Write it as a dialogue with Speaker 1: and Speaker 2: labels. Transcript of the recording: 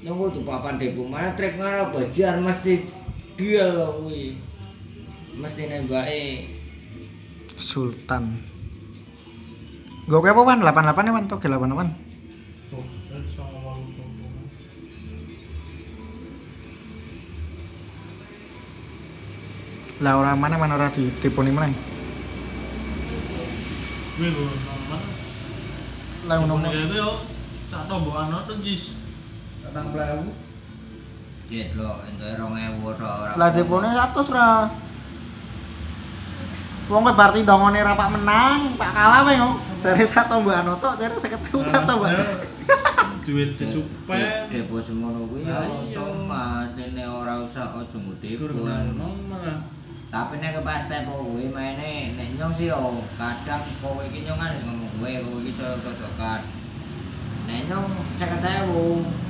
Speaker 1: nunggu tuh papan depo mana trek ngarep bajian mesti dia loh kuwi mesti nembake
Speaker 2: Sultan. Gue apa pan? 88 ya pan? Toge 88
Speaker 3: Tuh, kan sama walu tuh.
Speaker 2: Lah orang mana mana orang di depo ini mana?
Speaker 3: Gue lho, nama.
Speaker 2: Lah yang nomor
Speaker 3: Gue yo, sak tombokan no tenjis.
Speaker 2: Datang pelaku.
Speaker 1: jet lo entuk 2000 ora ora
Speaker 2: Lah depone 100 ra. Wong kowe parti dongone ra pak menang, pak kalah wae yo. Seri satu Mbak Anoto, seri
Speaker 3: Eh,
Speaker 2: 50 satu
Speaker 3: 아,
Speaker 2: Mbak.
Speaker 3: Duit
Speaker 1: De- de-
Speaker 3: dicupet.
Speaker 1: depo semono kuwi ya
Speaker 3: Lah,
Speaker 1: ojo
Speaker 3: iya.
Speaker 1: mas dene ora usah ojo
Speaker 3: Gur
Speaker 1: ngedepo
Speaker 3: benar malah.
Speaker 1: tapi nek kepas tepo kuwi maine nek nyong sih yo kadang kowe iki nyong kan ngomong kowe kowe iki cocok-cocokan nek nyong 50000